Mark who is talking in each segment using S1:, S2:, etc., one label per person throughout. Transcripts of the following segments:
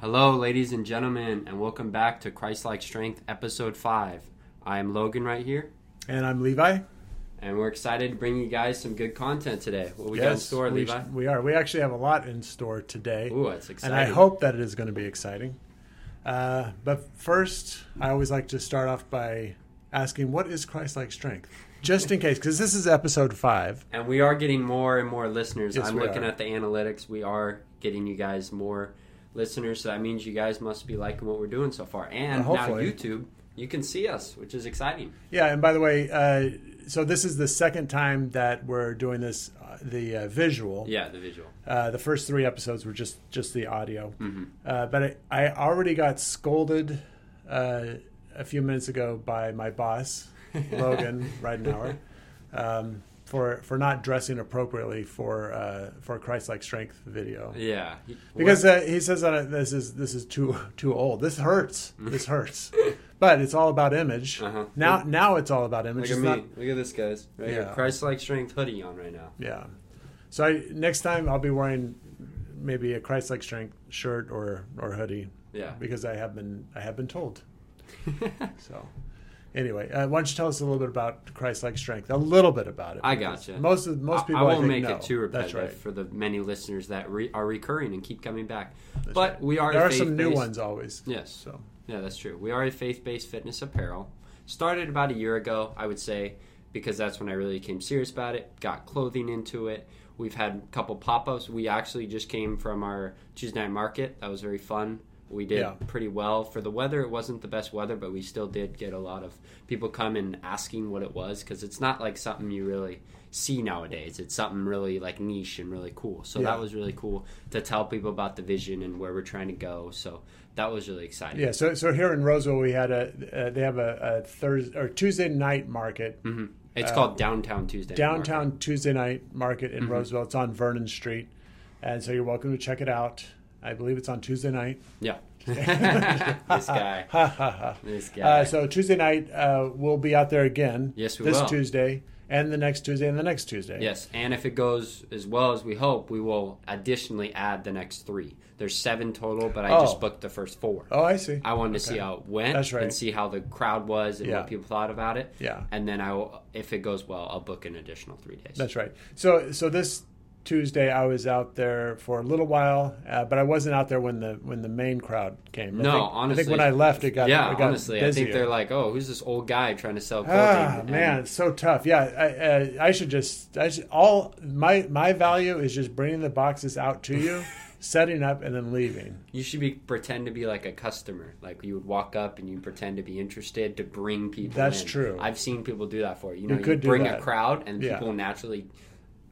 S1: Hello, ladies and gentlemen, and welcome back to Christ-like Strength, Episode Five. I am Logan right here,
S2: And I'm Levi.
S1: and we're excited to bring you guys some good content today. What we got in store,
S2: we,
S1: Levi?
S2: we are. We actually have a lot in store today,
S1: Ooh, that's
S2: and
S1: exciting.
S2: I hope that it is going to be exciting. Uh, but first, I always like to start off by asking, "What is Christ-like strength?" Just in case, because this is episode five.
S1: And we are getting more and more listeners.
S2: Yes,
S1: I'm
S2: we
S1: looking
S2: are.
S1: at the analytics. We are getting you guys more listeners, so that means you guys must be liking what we're doing so far. And
S2: Well,
S1: now
S2: hopefully.
S1: YouTube, you can see us, which is exciting.
S2: Yeah, and by the way, uh, so this is the second time that we're doing this, uh, the uh, visual.
S1: Yeah, the visual.
S2: Uh, the first three episodes were just just the audio,
S1: Mm-hmm.
S2: uh, but I, I already got scolded uh, a few minutes ago by my boss, Logan Reidenauer, um, for for not dressing appropriately for uh, for Christ like strength video
S1: Yeah, he-
S2: because uh, he says that uh, this is this is too too old. This hurts. This hurts. But it's all about image.
S1: Uh-huh.
S2: Now now it's all about image.
S1: Look at
S2: It's
S1: me.
S2: not-
S1: Look at this, guys. Right here.
S2: Yeah.
S1: Christ-like strength hoodie on right now.
S2: Yeah. So I, next time I'll be wearing maybe a Christ-like strength shirt or or hoodie
S1: Yeah.
S2: because I have been I have been told. So anyway, uh, why don't you tell us a little bit about Christ-like strength? A little bit about it.
S1: I
S2: because
S1: gotcha.
S2: Most of most people
S1: I, I won't
S2: think,
S1: make
S2: know.
S1: it too repetitive
S2: That's right.
S1: for the many listeners that re- are recurring and keep coming back. but
S2: right.
S1: we are
S2: There
S1: a
S2: are some new
S1: faith-based-
S2: ones always.
S1: Yes.
S2: So
S1: Yeah, that's true. We are a faith-based fitness apparel. Started about a year ago, I would say, because that's when I really came serious about it. Got clothing into it. We've had a couple pop-ups. We actually just came from our Tuesday night market. That was very fun. We did
S2: Yeah.
S1: pretty well for the weather. It wasn't the best weather, but we still did get a lot of people come and asking what it was because it's not like something you really see nowadays. It's something really like niche and really cool. So
S2: Yeah.
S1: that was really cool to tell people about the vision and where we're trying to go. So that was really exciting.
S2: yeah, so so here in Roseville we had a uh, they have a, a Thursday or Tuesday night market
S1: hmm It's called Downtown Tuesday.
S2: Uh, downtown Tuesday night market
S1: Mm-hmm.
S2: in Roseville. It's on Vernon Street, and so you're welcome to check it out. I believe it's on Tuesday night.
S1: Market. Yeah. this guy.
S2: Ha ha ha.
S1: This guy.
S2: Uh, so Tuesday night uh, we'll be out there again.
S1: Yes, we
S2: this
S1: will.
S2: Tuesday and the next Tuesday and the next Tuesday.
S1: yes, and if it goes as well as we hope, we will additionally add the next three. There's seven total, but I just
S2: Oh.
S1: booked the first four.
S2: Oh, I see.
S1: I wanted to see how it went
S2: That's right.
S1: and see how the crowd was and
S2: Yeah.
S1: what people thought about it.
S2: Yeah.
S1: And then I will, if it goes well, I'll book an additional three days.
S2: That's right. So so this Tuesday I was out there for a little while, uh, but I wasn't out there when the when the main crowd came. I
S1: No,
S2: think, I
S1: honestly.
S2: think when I left it got
S1: yeah,
S2: it got
S1: honestly, I
S2: busier.
S1: think they're like, "Oh, who's this old guy trying to sell clothing?"
S2: Ah,
S1: And-
S2: man, it's so tough. Yeah, I, I, I should just I should, all my my value is just bringing the boxes out to you, setting up, and then leaving.
S1: You should be pretend to be like a customer. Like you would walk up and you pretend to be interested to bring people.
S2: That's
S1: in.
S2: true.
S1: I've seen people do that for you. You know, you,
S2: could do
S1: bring a
S2: that.
S1: crowd and
S2: Yeah.
S1: people naturally.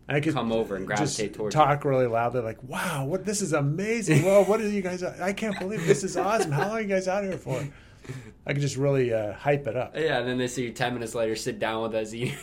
S2: And I could
S1: Come over and
S2: just
S1: gravitate towards
S2: Talk really loudly, like, "Wow, what this is amazing! Well, what are you guys? I can't believe this is awesome! How long are you guys out here for?" I could just really uh, hype it up.
S1: Yeah, and then they see you ten minutes later, sit down with us, eat,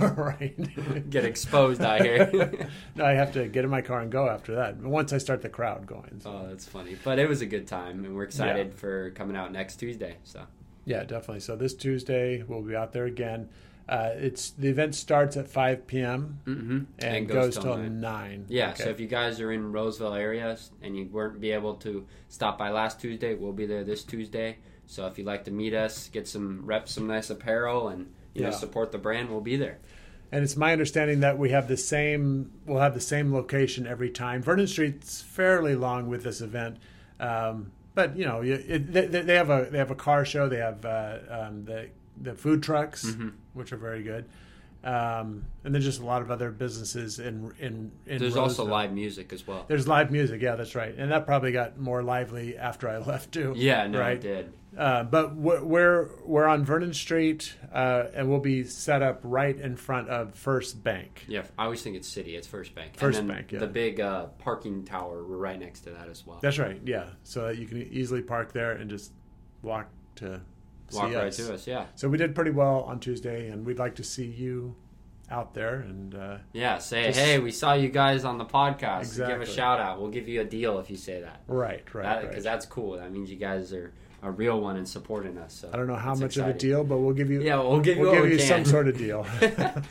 S2: All right.
S1: get exposed out here.
S2: no, I have to get in my car and go after that. Once I start the crowd going, so.
S1: oh, that's funny. But it was a good time, and we're excited
S2: Yeah.
S1: for coming out next Tuesday. So
S2: Yeah, definitely. So this Tuesday we'll be out there again. Uh, it's the event starts at 5 p.m.
S1: Mhm.
S2: Mm-hmm. and,
S1: And goes
S2: goes,
S1: till
S2: till
S1: nine.
S2: nine.
S1: yeah,
S2: Okay.
S1: so if you guys are in Roseville area and you weren't be able to stop by last Tuesday, we'll be there this Tuesday. So if you'd like to meet us, get some rep some nice apparel, and you know
S2: Yeah.
S1: support the brand, we'll be there.
S2: and it's my understanding that we have the same we'll have the same location every time. Vernon Street's fairly long with this event. Um, but you know, you- it, they, they they have a they have a car show. They have uh, um, the the food trucks,
S1: Mm-hmm.
S2: which are very good, um, and then just a lot of other businesses in in. in
S1: There's also
S2: Roseville.
S1: live music as well.
S2: There's live music, yeah, that's right, and that probably got more lively after I left too.
S1: Yeah, no,
S2: right.
S1: it did.
S2: Uh, but we're, we're we're on Vernon Street, uh, and we'll be set up right in front of First Bank.
S1: Yeah, I always think it's City. It's First Bank.
S2: First
S1: and then
S2: Bank, yeah.
S1: The big uh, parking tower. We're right next to that as well.
S2: That's right, yeah. So that you can easily park there and just walk to
S1: Walk
S2: see
S1: right
S2: us.
S1: to us. Yeah.
S2: So we did pretty well on Tuesday, and we'd like to see you out there. And uh,
S1: Yeah. Say
S2: Just-
S1: hey, we saw you guys on the podcast. Give
S2: Exactly.
S1: a shout out. We'll give you a deal if you say that.
S2: right, right,
S1: because
S2: right.
S1: that's cool. Uh, That means you guys are a real one and supporting us. So
S2: I don't know how
S1: it's
S2: much of a
S1: exciting.
S2: deal, but we'll give you
S1: Yeah, we'll give you
S2: we'll
S1: what
S2: give
S1: we
S2: you
S1: can.
S2: some sort of deal.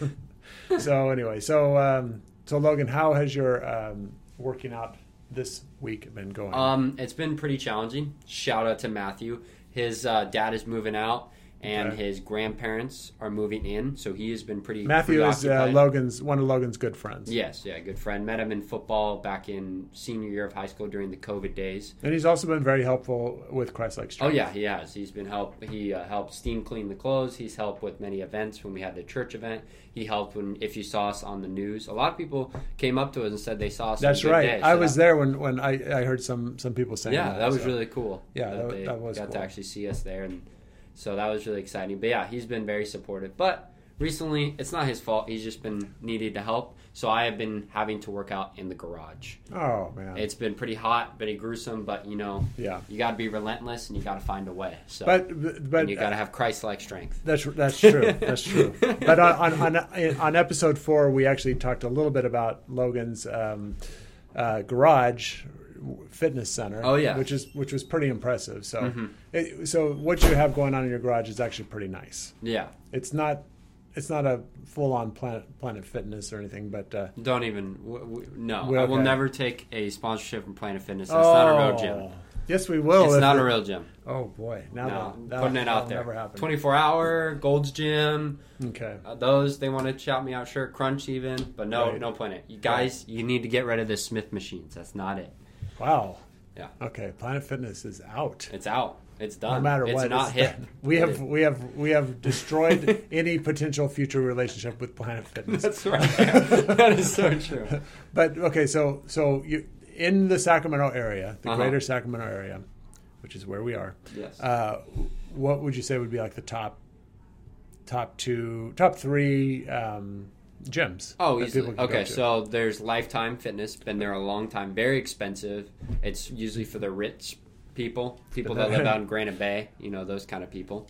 S2: so anyway, so um, so Logan, how has your um, working out this week been going?
S1: Um, it's been pretty challenging. Shout out to Matthew. His uh, dad is moving out, and
S2: Okay.
S1: his grandparents are moving in, so he has been pretty.
S2: Matthew is uh,
S1: preoccupied.
S2: Logan's one of Logan's good friends,
S1: Yes, yeah, good friend. Met him in football back in senior year of high school during the COVID days.
S2: and he's also been very helpful with Christ Like
S1: Oh yeah, he has. He's been help. He uh, helped steam clean the clothes. He's helped with many events when we had the church event. He helped when if you saw us on the news. A lot of people came up to us and said they saw us.
S2: That's
S1: on good
S2: right.
S1: days.
S2: I
S1: So
S2: was
S1: that-
S2: there when, when I, I heard some some people saying
S1: Yeah,
S2: that.
S1: that was
S2: so.
S1: really cool.
S2: Yeah, that wa-
S1: they
S2: that was
S1: got to
S2: cool.
S1: actually see us there, and so that was really exciting. But yeah, he's been very supportive. But recently, it's not his fault. He's just been needed to help. So I have been having to work out in the garage.
S2: Oh man.
S1: It's been pretty hot, pretty gruesome, but you know,
S2: yeah.
S1: you got to be relentless and you got to find a way. So,
S2: But
S1: uh, and
S2: but
S1: you got to have Christ-like strength.
S2: That's that's true. That's true. But on on, on on episode four, we actually talked a little bit about Logan's um, uh, garage fitness center.
S1: Oh, yeah. Mm-hmm.
S2: which is which was pretty impressive. So it, so what you have going on in your garage is actually pretty nice.
S1: Yeah,
S2: It's not it's not a full on Planet Planet Fitness or anything, but uh,
S1: don't even. W- w- no,
S2: Well,
S1: I will
S2: okay.
S1: never take a sponsorship from Planet Fitness. That's not a real gym.
S2: Oh, Yes, we will.
S1: it's
S2: if
S1: not
S2: it-
S1: a real gym.
S2: Oh boy, now
S1: No,
S2: that- that-
S1: putting it out
S2: that'll
S1: there.
S2: Never happen.
S1: Twenty-four hour Gold's Gym.
S2: Okay.
S1: Uh, those they want to shout me out. Sure, Crunch even, but no,
S2: Right.
S1: no Planet. You guys, you need to get rid of the Smith machines. That's not it.
S2: Wow.
S1: Yeah.
S2: Okay. Planet Fitness is out.
S1: It's out. It's done.
S2: no matter
S1: Um, it's
S2: what.
S1: not
S2: it's-
S1: hip.
S2: We
S1: It
S2: have
S1: is-
S2: we have we have destroyed any potential future relationship with Planet Fitness.
S1: That's right. that is so true.
S2: But okay, so so you in the Sacramento area, the
S1: Uh-huh.
S2: greater Sacramento area, which is where we are.
S1: Yes.
S2: Uh, what would you say would be like the top top two top three um, gyms?
S1: Oh,
S2: that
S1: easily.
S2: people can go
S1: Okay,
S2: to?
S1: so there's Lifetime Fitness. Been there a long time. Very expensive. It's usually for the rich people, people that live out in Granite Bay. You know, those kind of people.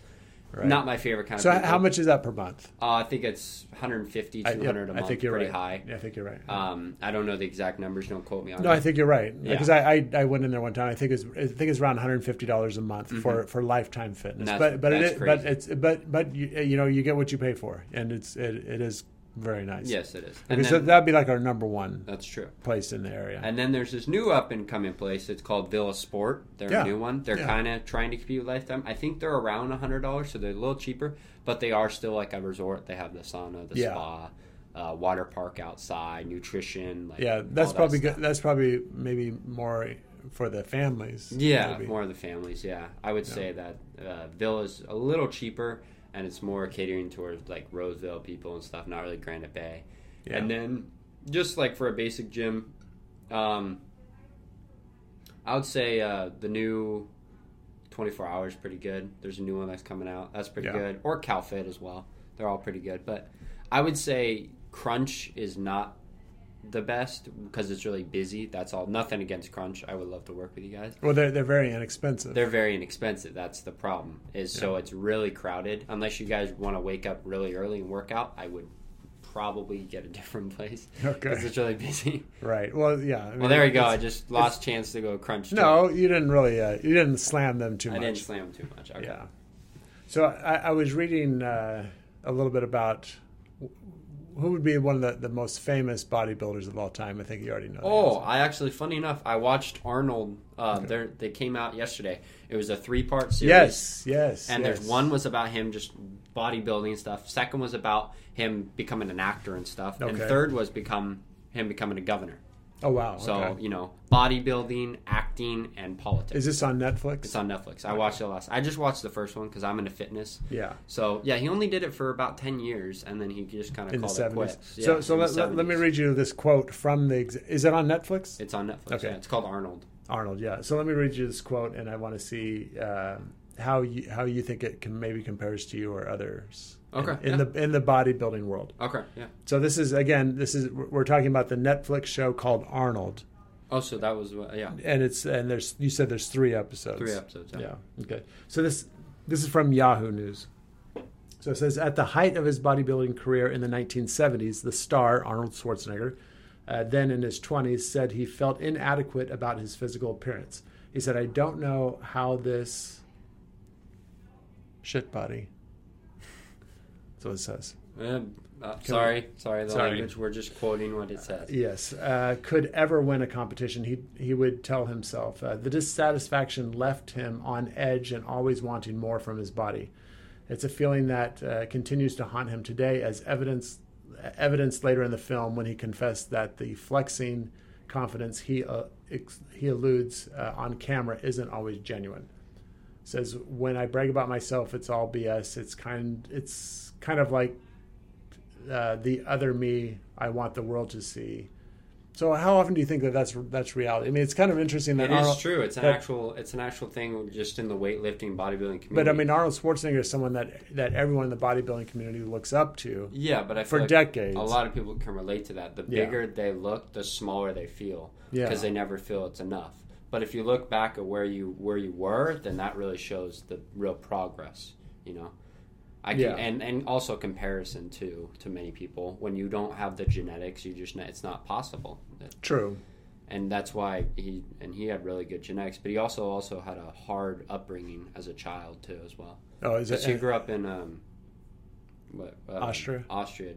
S2: Right.
S1: Not my favorite kind
S2: so
S1: of people.
S2: how much is that per month?
S1: Uh, I think it's 150,
S2: I-
S1: 200
S2: yeah,
S1: a month.
S2: I think you're
S1: pretty
S2: right.
S1: high.
S2: Yeah, I think you're right.
S1: Um, I don't know the exact numbers. Don't quote me on
S2: No,
S1: that.
S2: I think you're right
S1: Yeah.
S2: because I, I I went in there one time. I think it's I think it's around 150 dollars a month for for lifetime fitness.
S1: Mm-hmm. That's-
S2: but but it
S1: that's
S2: is, but
S1: crazy.
S2: it's but but you, you know you get what you pay for, and it's it, it is very nice.
S1: yes, it is.
S2: Okay,
S1: And
S2: so
S1: then,
S2: that'd be like our number one
S1: that's true.
S2: place in the area.
S1: And then there's this new up and coming place. It's called Villa Sport. They're
S2: Yeah.
S1: a new one. They're
S2: Yeah.
S1: kind of trying to compete with Lifetime. I think they're around hundred dollars, so they're a little cheaper, but they are still like a resort. They have the sauna, the
S2: Yeah.
S1: spa, uh, water park outside, nutrition. Like,
S2: yeah,
S1: all
S2: that's
S1: that
S2: probably
S1: stuff.
S2: good. That's probably maybe more for the families.
S1: Yeah,
S2: maybe.
S1: more of the families. Yeah, I would say that uh, Villa's a little cheaper, and it's more catering towards like Roseville people and stuff, not really Granite Bay.
S2: Yeah.
S1: And then just like for a basic gym, um, I would say uh, the new 24 hours pretty good. There's a new one that's coming out. That's pretty
S2: Yeah.
S1: good. Or CalFit as well. They're all pretty good. But I would say Crunch is not the best because it's really busy. That's all. Nothing against Crunch. I would love to work with you guys.
S2: well, they're they're very inexpensive.
S1: They're very inexpensive. That's the problem. Is so it's really crowded. Unless you guys want to wake up really early and work out, I would probably get a different place
S2: Okay.
S1: because it's really busy.
S2: right. Well, yeah. I
S1: Well,
S2: mean,
S1: there you go. I
S2: it's-
S1: just lost chance to go crunch.
S2: No, you didn't really. Uh, you didn't slam them too
S1: too. I
S2: much.
S1: didn't slam too much. Okay.
S2: Yeah. uh, So I, I was reading uh, a little bit about who would be one of the, the most famous bodybuilders of all time. I think you already know. the
S1: Oh,
S2: answer.
S1: I actually, funny enough, I watched Arnold. Uh, there, they came out yesterday. It was a three-part series.
S2: yes, yes.
S1: And
S2: yes.
S1: there's one was about him just bodybuilding and stuff. Second was about him becoming an actor and stuff. And
S2: Okay.
S1: third was become him becoming a governor.
S2: Oh wow.
S1: So
S2: okay.
S1: you know, bodybuilding, acting, and politics.
S2: is this on Netflix?
S1: it's on Netflix. I watched it last. I just watched the first one because I'm into fitness.
S2: yeah.
S1: So yeah, he only did it for about ten years, and then he just kind of
S2: In the
S1: called it
S2: seventies.
S1: quits.
S2: so
S1: Yeah,
S2: so
S1: in the
S2: let, let, let me
S1: 70s.
S2: read you this quote from the. Ex- is it on Netflix?
S1: It's on Netflix.
S2: Okay.
S1: yeah. it's called Arnold.
S2: Arnold. Yeah. So let me read you this quote, and I want to see um how you how you think it can maybe compares to you or others. in-
S1: Okay,
S2: in
S1: yeah.
S2: the in the bodybuilding world.
S1: Okay, yeah.
S2: So this is again, this is we're talking about the Netflix show called Arnold,
S1: Oh, so that was what- yeah,
S2: and it's and there's you said there's three episodes.
S1: three episodes. Yeah.
S2: Yeah. Okay. So this this is from Yahoo News. So it says at the height of his bodybuilding career in the 1970s, the star Arnold Schwarzenegger, uh, then in his 20s, said he felt inadequate about his physical appearance. He said, "I don't know how this shit body." That's what it says.
S1: Uh, uh, sorry, sorry. The
S2: Sorry.
S1: language. We're just quoting what it says.
S2: Yes, uh, could ever win a competition, he he would tell himself. Uh, the dissatisfaction left him on edge and always wanting more from his body. It's a feeling that uh, continues to haunt him today, as evidence evidence later in the film when he confessed that the flexing confidence he uh, ex- he alludes uh, on camera isn't always genuine. Says when I brag about myself, it's all BS. It's kind it's kind of like uh, the other me I want the world to see. So how often do you think that that's that's reality? I mean, it's kind of interesting that
S1: It is
S2: Arnold-
S1: true. It's an
S2: that-
S1: actual. It's an actual thing, just in the weightlifting, bodybuilding community.
S2: But I mean, Arnold Schwarzenegger is someone that that everyone in the bodybuilding community looks up to.
S1: yeah, but I feel
S2: for
S1: like
S2: decades.
S1: a lot of people can relate to that. The
S2: Yeah.
S1: bigger they look, the smaller they feel,
S2: Yeah.
S1: because they never feel it's enough. But if you look back at where you where you were, then that really shows the real progress. You know, I can,
S2: Yeah.
S1: and and also comparison to to many people when you don't have the genetics, you just it's not possible.
S2: True.
S1: and that's why he and he had really good genetics but he also also had a hard upbringing as a child too as well
S2: Oh, is
S1: because he
S2: it?
S1: grew up in um what um,
S2: Austria?
S1: austria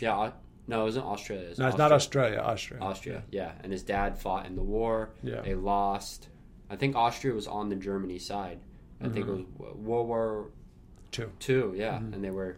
S1: yeah Au- no it wasn't australia it was
S2: No, it's
S1: austria.
S2: not Australia. Austria.
S1: austria yeah and his dad fought in the war
S2: Yeah.
S1: they lost i think austria was on the germany side i think it was
S2: Mm-hmm.
S1: Wo- world war
S2: Two.
S1: two yeah
S2: Mm-hmm.
S1: and they were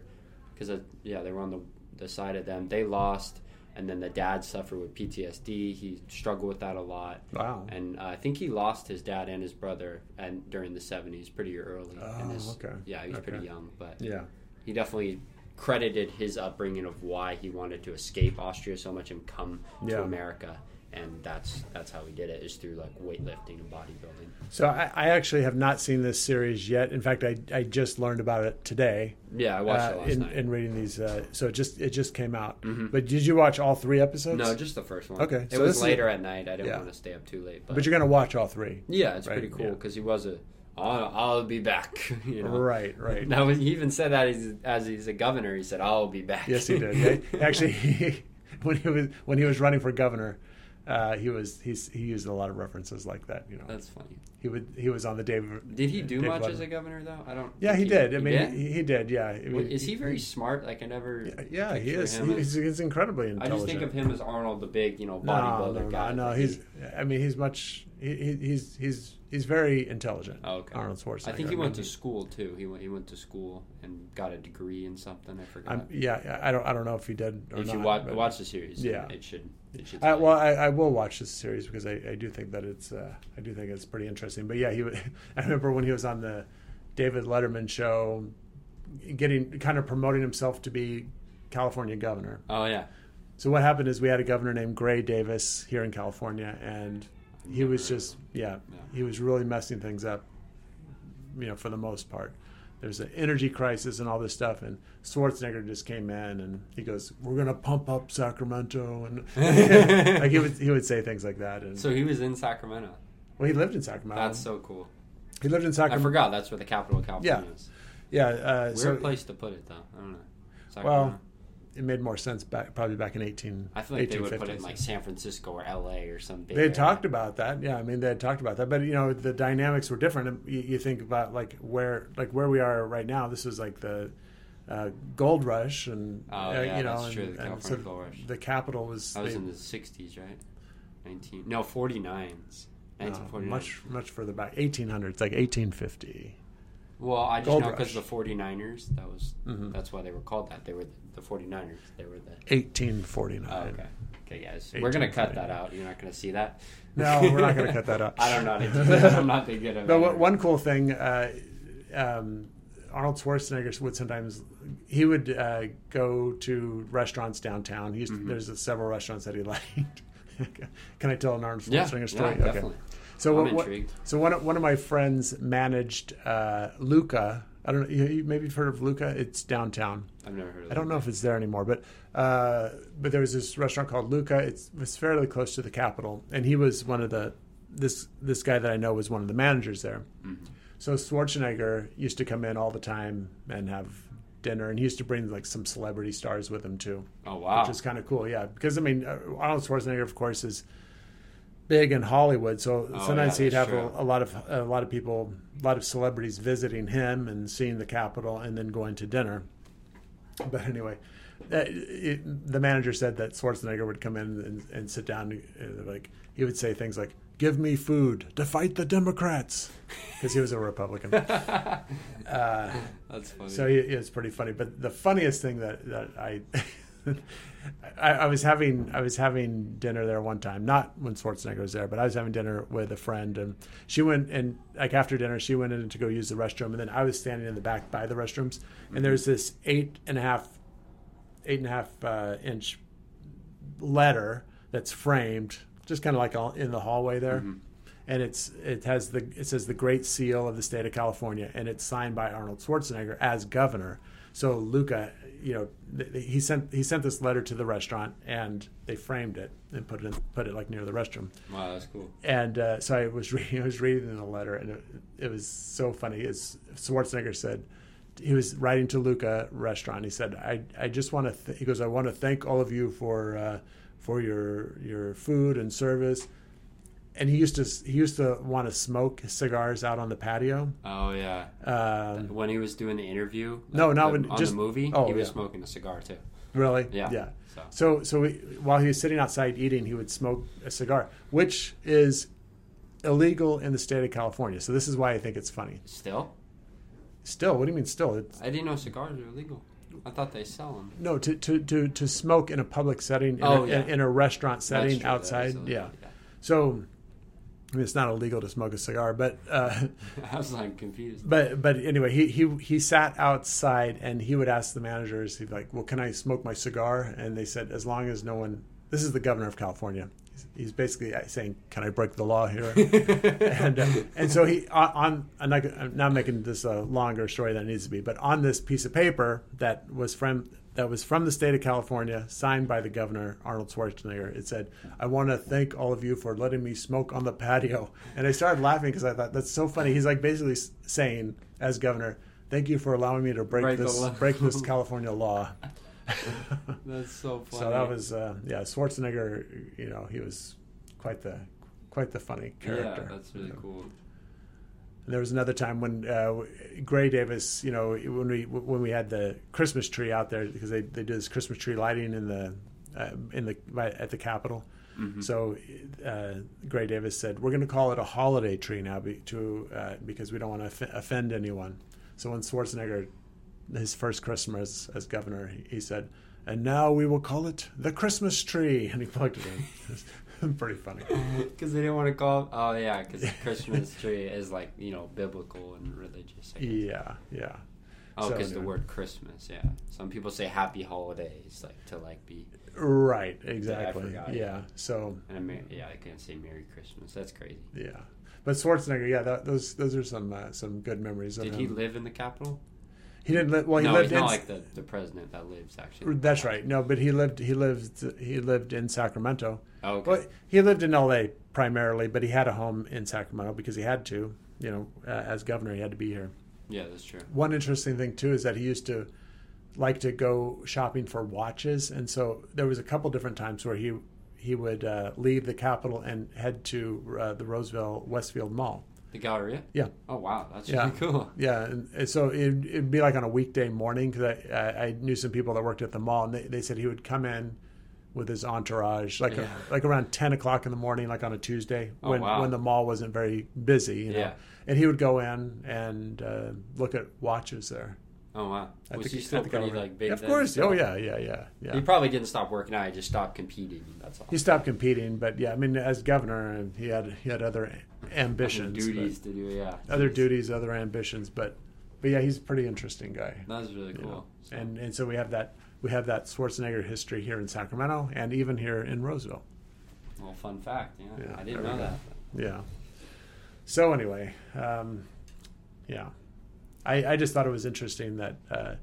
S1: because yeah they were on the, the side of them they lost and then the dad suffered with ptsd he struggled with that a lot
S2: Wow.
S1: and uh, I think he lost his dad and his brother and during the seventies, pretty early. and
S2: Oh,
S1: his,
S2: okay.
S1: Yeah, he was pretty
S2: Okay.
S1: young, but
S2: Yeah.
S1: he definitely credited his upbringing of why he wanted to escape Austria so much and come
S2: Yeah.
S1: to America, and that's that's how he did it is through like weightlifting and bodybuilding.
S2: So I, I actually have not seen this series yet. In fact, I, I just learned about it today
S1: Yeah, I watched
S2: uh,
S1: it last
S2: in,
S1: night. Mm-hmm.
S2: in reading these. Uh, so it just it just came out. But did you watch all three episodes?
S1: no, just the first one.
S2: Okay,
S1: it
S2: so this
S1: was
S2: is-
S1: later at night. I didn't
S2: Yeah.
S1: want to stay up too late, but,
S2: But you're gonna watch all three.
S1: yeah, it's
S2: Right,
S1: pretty cool
S2: yeah.
S1: because he was a. I'll, I'll be back. You know?
S2: Right. Right.
S1: Now he even said that as, as he's a governor, he said, "I'll be back."
S2: Yes, he did. Yeah. Actually, he, when he was when he was running for governor, uh, he was he's, he used a lot of references like that. You know,
S1: That's funny.
S2: he would he was on the day.
S1: Uh, Did he do
S2: Dave
S1: much
S2: Letterman.
S1: as a governor though? I don't.
S2: Yeah, he
S1: think
S2: did. I mean,
S1: did?
S2: He, he did. Yeah. I mean,
S1: is he very smart? Like I never.
S2: Yeah, he
S1: picture
S2: is.
S1: him as-
S2: He's, he's incredibly
S1: I
S2: intelligent.
S1: just think of him as Arnold, the big, you know,
S2: No,
S1: bodybuilder
S2: no, no,
S1: guy.
S2: No,
S1: Like,
S2: he's. I mean, he's much. He, he- he's he's he's very intelligent.
S1: Oh, okay.
S2: Arnold Schwarzenegger.
S1: I think he went to
S2: mean,
S1: school too. He went. He went to school and got a degree in something. I forgot.
S2: I'm, yeah, I don't. I don't know if he did or
S1: if
S2: not.
S1: you watch,
S2: but-
S1: watch the series,
S2: Yeah.
S1: it should. It should
S2: I,
S1: tell you.
S2: well, I, I will watch this series because I, I do think that it's uh, I do think it's pretty interesting. But yeah, he would, I remember when he was on the David Letterman show, getting kind of promoting himself to be California governor.
S1: oh yeah.
S2: So what happened is we had a governor named Gray Davis here in California, and he was just yeah,
S1: Yeah.
S2: he was really messing things up. You know, for the most part, there's an energy crisis and all this stuff, and Schwarzenegger just came in and he goes, "We're gonna pump up Sacramento," and like he would he would say things like that. And
S1: So he was in Sacramento.
S2: well, he lived in Sacramento.
S1: That's so cool.
S2: he lived in
S1: I
S2: Sacramento.
S1: forgot. That's where the capital of California
S2: Um, Yeah.
S1: is.
S2: Yeah, uh,
S1: Weird
S2: so
S1: place to put it though. I don't know. Sacramento.
S2: well, it made more sense back probably back in eighteen.
S1: I feel like they would put it in
S2: 1850s.
S1: like San Francisco or L.A. or some big.
S2: They
S1: area.
S2: had talked about that. Yeah, I mean they had talked about that, but you know the dynamics were different. You, you think about like where like where we are right now. This was like the uh, gold rush, and
S1: Oh,
S2: uh,
S1: yeah,
S2: you know,
S1: that's true,
S2: and,
S1: the
S2: and
S1: California gold rush.
S2: The capital was,
S1: I was
S2: they-
S1: in the '60s, right? 19 no 49s.
S2: no,
S1: 1949.
S2: much much further back, eighteen hundreds, like eighteen fifty.
S1: well, I just
S2: Gold
S1: know because the
S2: Rush.
S1: 49ers. That was
S2: Mhm.
S1: that's why they were called that. They were the, the 49ers. They were the.
S2: 1849.
S1: Oh, okay. Okay, guys, we're gonna cut that out. You're not gonna see that.
S2: No, we're not gonna cut that out.
S1: I don't know. How to do that. I'm not that good at.
S2: But what, one cool thing, uh, um, Arnold Schwarzenegger would sometimes he would uh, go to restaurants downtown. He used
S1: Mm-hmm.
S2: there's several restaurants that he liked. Can I tell an Arnold
S1: Yeah,
S2: Schwarzenegger
S1: yeah,
S2: story?
S1: definitely.
S2: So
S1: I'm
S2: what, what-
S1: intrigued.
S2: so one of, one of my friends managed uh, Luca. I don't know. You, you maybe you've heard of Luca. It's downtown.
S1: I've never heard of.
S2: I don't know if it's there anymore, but uh, but there was this restaurant called Luca. It's it's fairly close to the Capitol, and he was one of the this this guy that I know was one of the managers there. So Schwarzenegger used to come in all the time and have dinner, and he used to bring like some celebrity stars with him too,
S1: Oh wow.
S2: which is kind of cool. Yeah, because I mean uh, Arnold Schwarzenegger, of course, is big in Hollywood, so
S1: Oh,
S2: sometimes
S1: yeah,
S2: he'd
S1: that's
S2: have a,
S1: true.
S2: a lot of a lot of people, a lot of celebrities visiting him and seeing the Capitol, and then going to dinner. But anyway, uh, it, the manager said that Schwarzenegger would come in and, and sit down. And uh, like he would say things like, "Give me food to fight the Democrats," because he was a Republican. uh,
S1: That's funny.
S2: so it, it's pretty funny. But the funniest thing that that I, I, I was having I was having dinner there one time, not when Schwarzenegger was there, but I was having dinner with a friend, and she went and like after dinner she went in to go use the restroom, and then I was standing in the back by the restrooms, and there's this eight and a half, eight and a half uh, inch letter that's framed, just kind of like all- in the hallway there. And it's it has the it says the Great Seal of the State of California, and it's signed by Arnold Schwarzenegger as governor. So Luca, you know, th- th- he sent he sent this letter to the restaurant, and they framed it and put it in, put it like near the restroom.
S1: wow, that's cool.
S2: And uh, so I was reading I was reading the letter, and it, it was so funny. Is Schwarzenegger said he was writing to Luca restaurant. He said, "I I just want to th-, he goes I want to thank all of you for uh, for your your food and service." And he used to he used to want to smoke cigars out on the patio.
S1: Oh yeah.
S2: Um,
S1: When he was doing the interview,
S2: No,
S1: like,
S2: not
S1: the-
S2: when-
S1: on
S2: just-
S1: the movie.
S2: oh,
S1: he was
S2: yeah.
S1: smoking a cigar too.
S2: Really?
S1: Yeah.
S2: Yeah.
S1: So.
S2: So, so we, while he was sitting outside eating, he would smoke a cigar, which is illegal in the state of California. So this is why I think it's funny.
S1: Still,
S2: Still, what do you mean? Still, it's,
S1: I didn't know cigars were illegal. I thought they sell them.
S2: no. To, to to to smoke in a public setting, in,
S1: Oh,
S2: a,
S1: yeah.
S2: in a restaurant setting outside. Yeah. So. I mean, it's not illegal to smoke a cigar, but uh,
S1: I was like confused.
S2: but but anyway, he, he he sat outside and he would ask the managers, he'd like, "Well, can I smoke my cigar?" And they said, "As long as no one." This is the governor of California. He's, he's basically saying, "Can I break the law here?" and uh, and so he on, on I'm, not, I'm not making this a longer story than it needs to be, but on this piece of paper that was from that was from the state of California, signed by the governor Arnold Schwarzenegger, it said, "I want to thank all of you for letting me smoke on the patio." And I started laughing because I thought that's so funny. He's like basically s- saying, as governor, "Thank you for allowing me to break,
S1: Break the
S2: this
S1: law."
S2: break this California law."
S1: That's so funny.
S2: so that was uh, yeah, Schwarzenegger. You know, he was quite the quite the funny character.
S1: Yeah, that's really cool.
S2: And there was another time when uh, Gray Davis, you know, when we when we had the Christmas tree out there because they, they do this Christmas tree lighting in the uh, in the by, at the Capitol.
S1: Mm-hmm.
S2: So uh, Gray Davis said, "We're going to call it a holiday tree now be, to uh, because we don't want to off- offend anyone." So when Schwarzenegger, his first Christmas as governor, he, he said, "And now we will call it the Christmas tree," and he plugged it in. Pretty funny.
S1: Because they didn't want to call. Oh yeah, because Christmas tree is like you know biblical and religious. I guess.
S2: Yeah, yeah.
S1: Oh,
S2: So
S1: because the
S2: anyway.
S1: word Christmas. Yeah, some people say Happy Holidays, like to like be.
S2: Right, exactly.
S1: forgot.
S2: Yeah. So
S1: And Amer- yeah, I can't say Merry Christmas. That's crazy.
S2: yeah, but Schwarzenegger, yeah, that, those those are some uh, some good memories. Of
S1: Did
S2: him.
S1: he live in the Capitol?
S2: He didn't live. Well, he
S1: no,
S2: lived
S1: he's not
S2: in.
S1: like the, the president that lives actually.
S2: that's right. No, but he lived. He lived. He lived in Sacramento.
S1: Oh, okay.
S2: Well, he lived in L.A. primarily, but he had a home in Sacramento because he had to. You know, uh, as governor, he had to be here.
S1: Yeah, that's true.
S2: One interesting thing too is that he used to like to go shopping for watches, and so there was a couple different times where he he would uh, leave the Capitol and head to uh, the Roseville Westfield Mall.
S1: The Galleria.
S2: Yeah.
S1: Oh wow, that's
S2: Yeah.
S1: really cool.
S2: Yeah, and and so it'd, it'd be like on a weekday morning because I, I, I knew some people that worked at the mall, and they, they said he would come in with his entourage, like
S1: Yeah.
S2: like around ten o'clock in the morning, like on a Tuesday
S1: Oh,
S2: when
S1: wow.
S2: when the mall wasn't very busy, you know.
S1: Yeah.
S2: And he would go in and uh, look at watches there.
S1: Oh wow.
S2: at
S1: Was
S2: the-
S1: he still
S2: at the
S1: pretty
S2: gallery.
S1: like big?
S2: Of
S1: then?
S2: course.
S1: So-
S2: Oh yeah, yeah, yeah, yeah.
S1: He probably didn't stop working out. He just stopped competing. That's all.
S2: he stopped competing, but yeah, I mean, as governor, he had he had other ambitions,
S1: Other
S2: but-
S1: duties to do. Yeah.
S2: other duties, other ambitions, but but yeah, he's a pretty interesting guy.
S1: That was really
S2: you know.
S1: cool. So-
S2: And and so we have that we have that Schwarzenegger history here in Sacramento and even here in Roseville.
S1: Well, fun fact. Yeah,
S2: Yeah,
S1: I
S2: there
S1: didn't
S2: we
S1: know
S2: go.
S1: that.
S2: Yeah. So anyway, um, yeah, I, I just thought it was interesting that uh,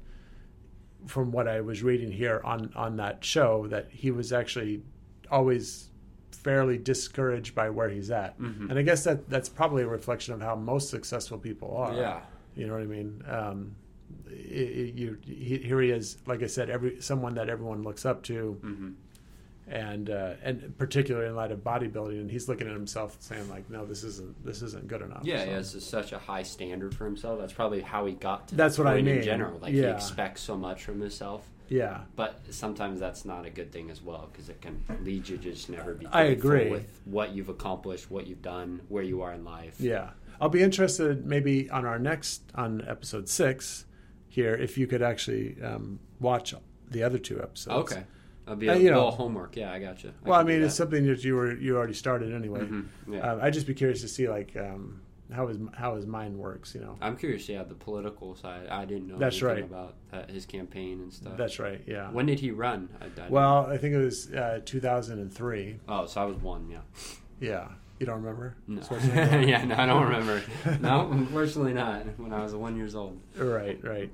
S2: from what I was reading here on on that show that he was actually always fairly discouraged by where he's at,
S1: Mhm.
S2: and I guess that that's probably a reflection of how most successful people are.
S1: Yeah.
S2: You know what I mean? Um, i i you, he, here he is, like I said, every someone that everyone looks up to,
S1: hmm
S2: and uh, and particularly in light of bodybuilding, and he's looking at himself saying like, no, this isn't this isn't good enough.
S1: Yeah,
S2: So-
S1: yeah, this is such a high standard for himself. That's probably how he got to.
S2: That's
S1: that
S2: what I
S1: point
S2: mean.
S1: In general, like he
S2: Yeah.
S1: expects so much from himself,
S2: yeah.
S1: but sometimes that's not a good thing as well because it can lead you to just never be.
S2: I
S1: grateful
S2: agree.
S1: with what you've accomplished, what you've done, where you are in life.
S2: Yeah. I'll be interested maybe on our next, on episode six here, if you could actually um, watch the other two episodes.
S1: Okay. That'd be a
S2: And, you know-
S1: little homework. Yeah, I got you.
S2: Well, I
S1: can do
S2: mean, it's
S1: that. Mm-hmm,
S2: something that you were you already started anyway.
S1: yeah.
S2: Um, I'd just be curious to see like um, how his how his mind works. You know,
S1: I'm curious. Yeah, the political side. I didn't know
S2: That's
S1: anything
S2: right.
S1: about that, his campaign and stuff.
S2: that's right. Yeah.
S1: when did he run? I, I,
S2: Well, I think it was uh, 2003.
S1: oh, so I was one. Yeah.
S2: Yeah, you don't remember?
S1: No.
S2: Schwarzenegger?
S1: yeah, no, I don't remember. No, unfortunately not. When I was one years old.
S2: Right, right.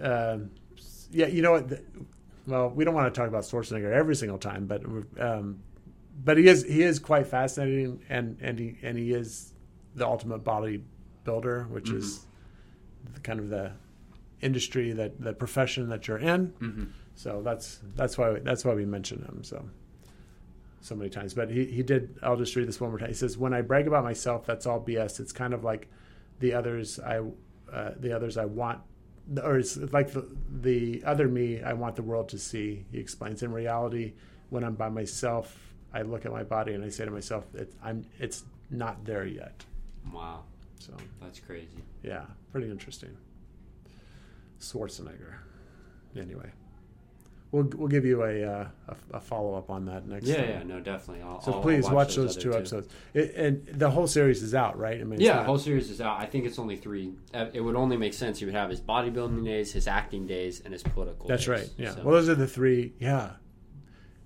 S2: Um, yeah, you know what? The, well, we don't want to talk about Schwarzenegger every single time, but we're- um, but he is he is quite fascinating, and and he and he is the ultimate bodybuilder, which
S1: Mm-hmm.
S2: is the, kind of the industry that the profession that you're in. So that's that's why that's why we mention him so so many times. But he, he did. I'll just read this one more time. He says, "When I brag about myself, that's all BS. It's kind of like the others I uh, the others I want." Or it's like the, the other me I want the world to see, he explains. In reality, when I'm by myself, I look at my body and I say to myself, it, I'm, it's not there yet.
S1: Wow,
S2: So,
S1: that's crazy.
S2: yeah, pretty interesting. Schwarzenegger. Anyway, we'll, we'll give you a, uh, a, a follow up on that next
S1: Yeah,
S2: time.
S1: yeah, no, definitely. I'll,
S2: So
S1: I'll- I'll
S2: please watch, those,
S1: other
S2: two episodes. It, and the whole series is out, right? I mean, it's
S1: Yeah,
S2: not-
S1: whole series is out. I think it's only three. Uh, It would only make sense. You would have his bodybuilding days, his acting days, and his political.
S2: that's
S1: days.
S2: right. Yeah.
S1: So-
S2: Well, those are the three. Yeah.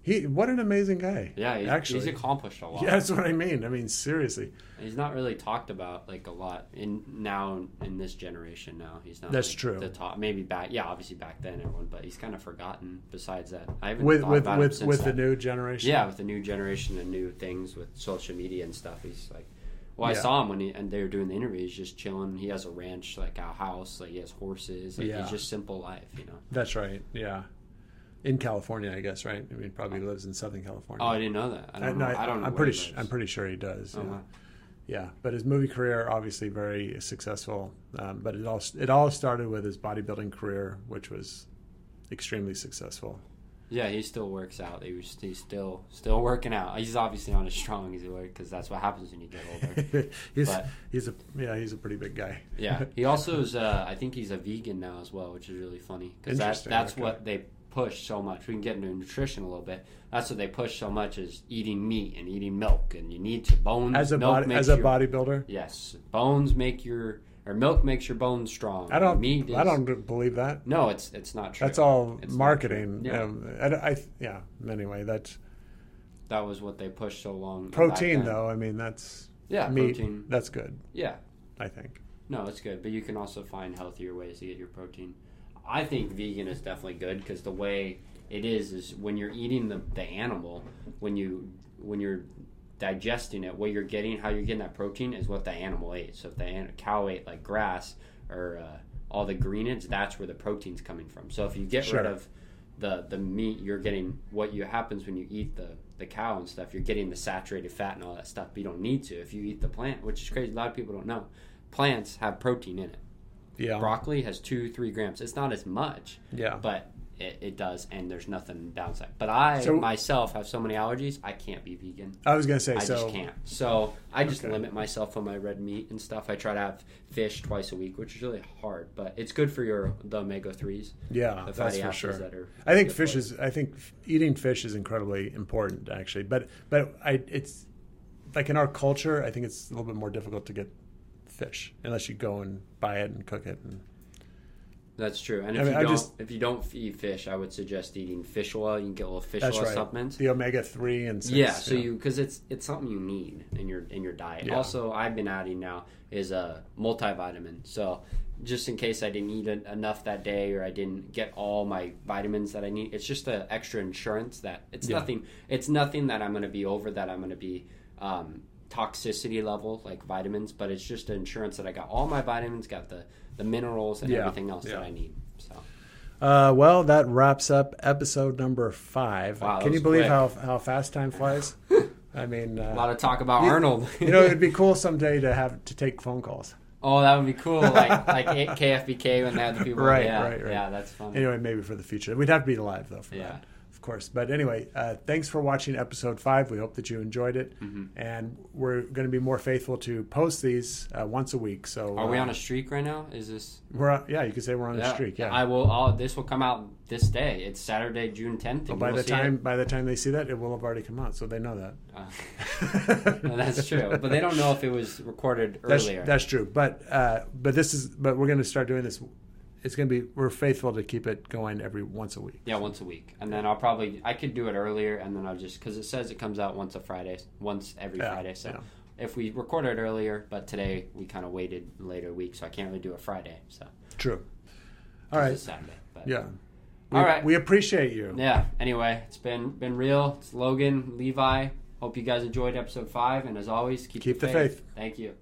S2: He what an amazing guy.
S1: yeah, he's,
S2: actually,
S1: he's accomplished a lot.
S2: yeah, that's what I mean. I mean, seriously,
S1: He's not really talked about like a lot in now in this generation. Now he's not.
S2: That's
S1: like,
S2: true.
S1: The top, maybe back. Yeah, obviously back then everyone, but he's kind of forgotten. Besides that, I haven't
S2: with
S1: thought
S2: with
S1: about him
S2: with,
S1: since
S2: with
S1: that.
S2: the new generation.
S1: Yeah, with the new generation and new things with social media and stuff, he's like, well, I
S2: Yeah.
S1: saw him when he and they were doing the interview. He's just chilling. He has a ranch, like a house, like he has horses. Like,
S2: Yeah.
S1: he's just simple life, you know.
S2: that's right. Yeah, in California, I guess. Right. I mean, probably lives in Southern California.
S1: Oh, I didn't know that. I
S2: I,
S1: don't
S2: no,
S1: know. I, don't know.
S2: I'm
S1: where
S2: pretty.
S1: he
S2: Sh-
S1: lives.
S2: I'm pretty sure he does.
S1: Uh-huh.
S2: Yeah. yeah, but his movie career obviously very successful. Um, but it all it all started with his bodybuilding career, which was extremely successful.
S1: Yeah, he still works out. He was, he's still still working out. He's obviously not as strong as he was because that's what happens when you get older.
S2: he's
S1: But-
S2: he's a yeah he's a pretty big guy.
S1: yeah, he also is. Uh, I think he's a vegan now as well, which is really funny because that's
S2: Interesting,
S1: that's
S2: okay.
S1: what they push so much. We can get into nutrition a little bit. That's what they push so much is eating meat and eating milk, and you need to bones.
S2: as a
S1: milk
S2: body,
S1: makes
S2: as a
S1: your-
S2: bodybuilder.
S1: Yes, bones make your or milk makes your bones strong.
S2: I don't
S1: Meat is,
S2: I don't believe that.
S1: No, it's it's not true.
S2: That's all
S1: It's not
S2: marketing.
S1: true. Yeah.
S2: Um, I, I yeah. Anyway, that's
S1: That was what they pushed so long. back
S2: protein
S1: then.
S2: though. I mean that's
S1: Yeah,
S2: meat.
S1: protein.
S2: That's good.
S1: Yeah.
S2: I think.
S1: No, it's good, but you can also find healthier ways to get your protein. I think vegan is definitely good because the way it is is when you're eating the, the animal, when you when you're digesting it, what you're getting, how you're getting that protein is what the animal ate. So if the an- cow ate like grass or uh, all the greenage, that's where the protein's coming from. So if you get
S2: Sure.
S1: rid of the the meat, you're getting what you happens when you eat the the cow and stuff. You're getting the saturated fat and all that stuff. But you don't need to if you eat the plant, which is crazy. A lot of people don't know plants have protein in it.
S2: Yeah.
S1: Broccoli has two, three grams. It's not as much,
S2: yeah.
S1: but it, it does, and there's nothing downside. But I
S2: So-
S1: myself have so many allergies, I can't be vegan.
S2: I was gonna say
S1: I
S2: so.
S1: just can't. So I just
S2: Okay.
S1: limit myself on my red meat and stuff. I try to have fish twice a week, which is really hard, but it's good for your the omega threes,
S2: Yeah,
S1: the
S2: that's
S1: fatty
S2: for
S1: acids
S2: sure.
S1: that are.
S2: I think
S1: good for
S2: fish
S1: us.
S2: is. I think f- eating fish is incredibly important, actually. But but I it's like in our culture, I think it's a little bit more difficult to get fish unless you go and buy it and cook it. And,
S1: That's true. And if
S2: I mean,
S1: you
S2: I
S1: don't,
S2: just-
S1: if you don't eat fish, I would suggest eating fish oil. You can get a little fish
S2: that's
S1: oil
S2: right.
S1: supplements.
S2: The omega three and six.
S1: yeah so you because it's it's something you need in your in your diet
S2: Yeah.
S1: also i've been adding now is a multivitamin so just in case i didn't eat en- enough that day or i didn't get all my vitamins that i need it's just an extra insurance that it's
S2: Yeah.
S1: nothing it's nothing that i'm going to be over that i'm going to be um, toxicity level like vitamins but it's just an insurance that i got all my vitamins got the the minerals and
S2: Yeah.
S1: everything else
S2: Yeah.
S1: that i need so
S2: Uh, well, that wraps up episode number five.
S1: Wow, that
S2: Can you
S1: was
S2: believe
S1: quick.
S2: how, how fast time flies? I mean,
S1: A lot
S2: uh,
S1: of talk about
S2: you-
S1: Arnold.
S2: you know, it'd be cool someday to have to take phone calls.
S1: oh, that would be cool. Like like KFBK when they had the people.
S2: Right,
S1: yeah,
S2: right, right.
S1: Yeah, that's funny.
S2: Anyway, maybe for the future. We'd have to be alive, though, for
S1: Yeah.
S2: that, of course. But anyway, uh, thanks for watching episode five. We hope that you enjoyed it.
S1: Mm-hmm.
S2: And we're going to be more faithful to post these uh, once a week. So
S1: Are we
S2: uh,
S1: on a streak right now? Is this?
S2: We're on, yeah, you could say we're on a streak. Yeah.
S1: I will. I'll, this will come out this day. It's Saturday, June tenth.
S2: Oh, By the time by the time they see that, it will have already come out, so they know that.
S1: no, Uh, that's true. But they don't know if it was recorded
S2: that's,
S1: earlier.
S2: that's true. But uh, but this is but we're going to start doing this. It's going to be we're faithful to keep it going every once a week.
S1: yeah, once a week, and then I'll probably I could do it earlier, and then I'll just because it says it comes out once a Friday, once every
S2: Yeah,
S1: Friday. So
S2: yeah.
S1: if we record it earlier, but today we kind of waited later week, so I can't really do it Friday. So
S2: True. All
S1: it's
S2: right.
S1: a Saturday. But
S2: Yeah. We,
S1: All right.
S2: We appreciate you.
S1: yeah. Anyway, it's been been real. It's Logan, Levi. Hope you guys enjoyed episode five, and as always, keep,
S2: Keep the faith.
S1: Thank you.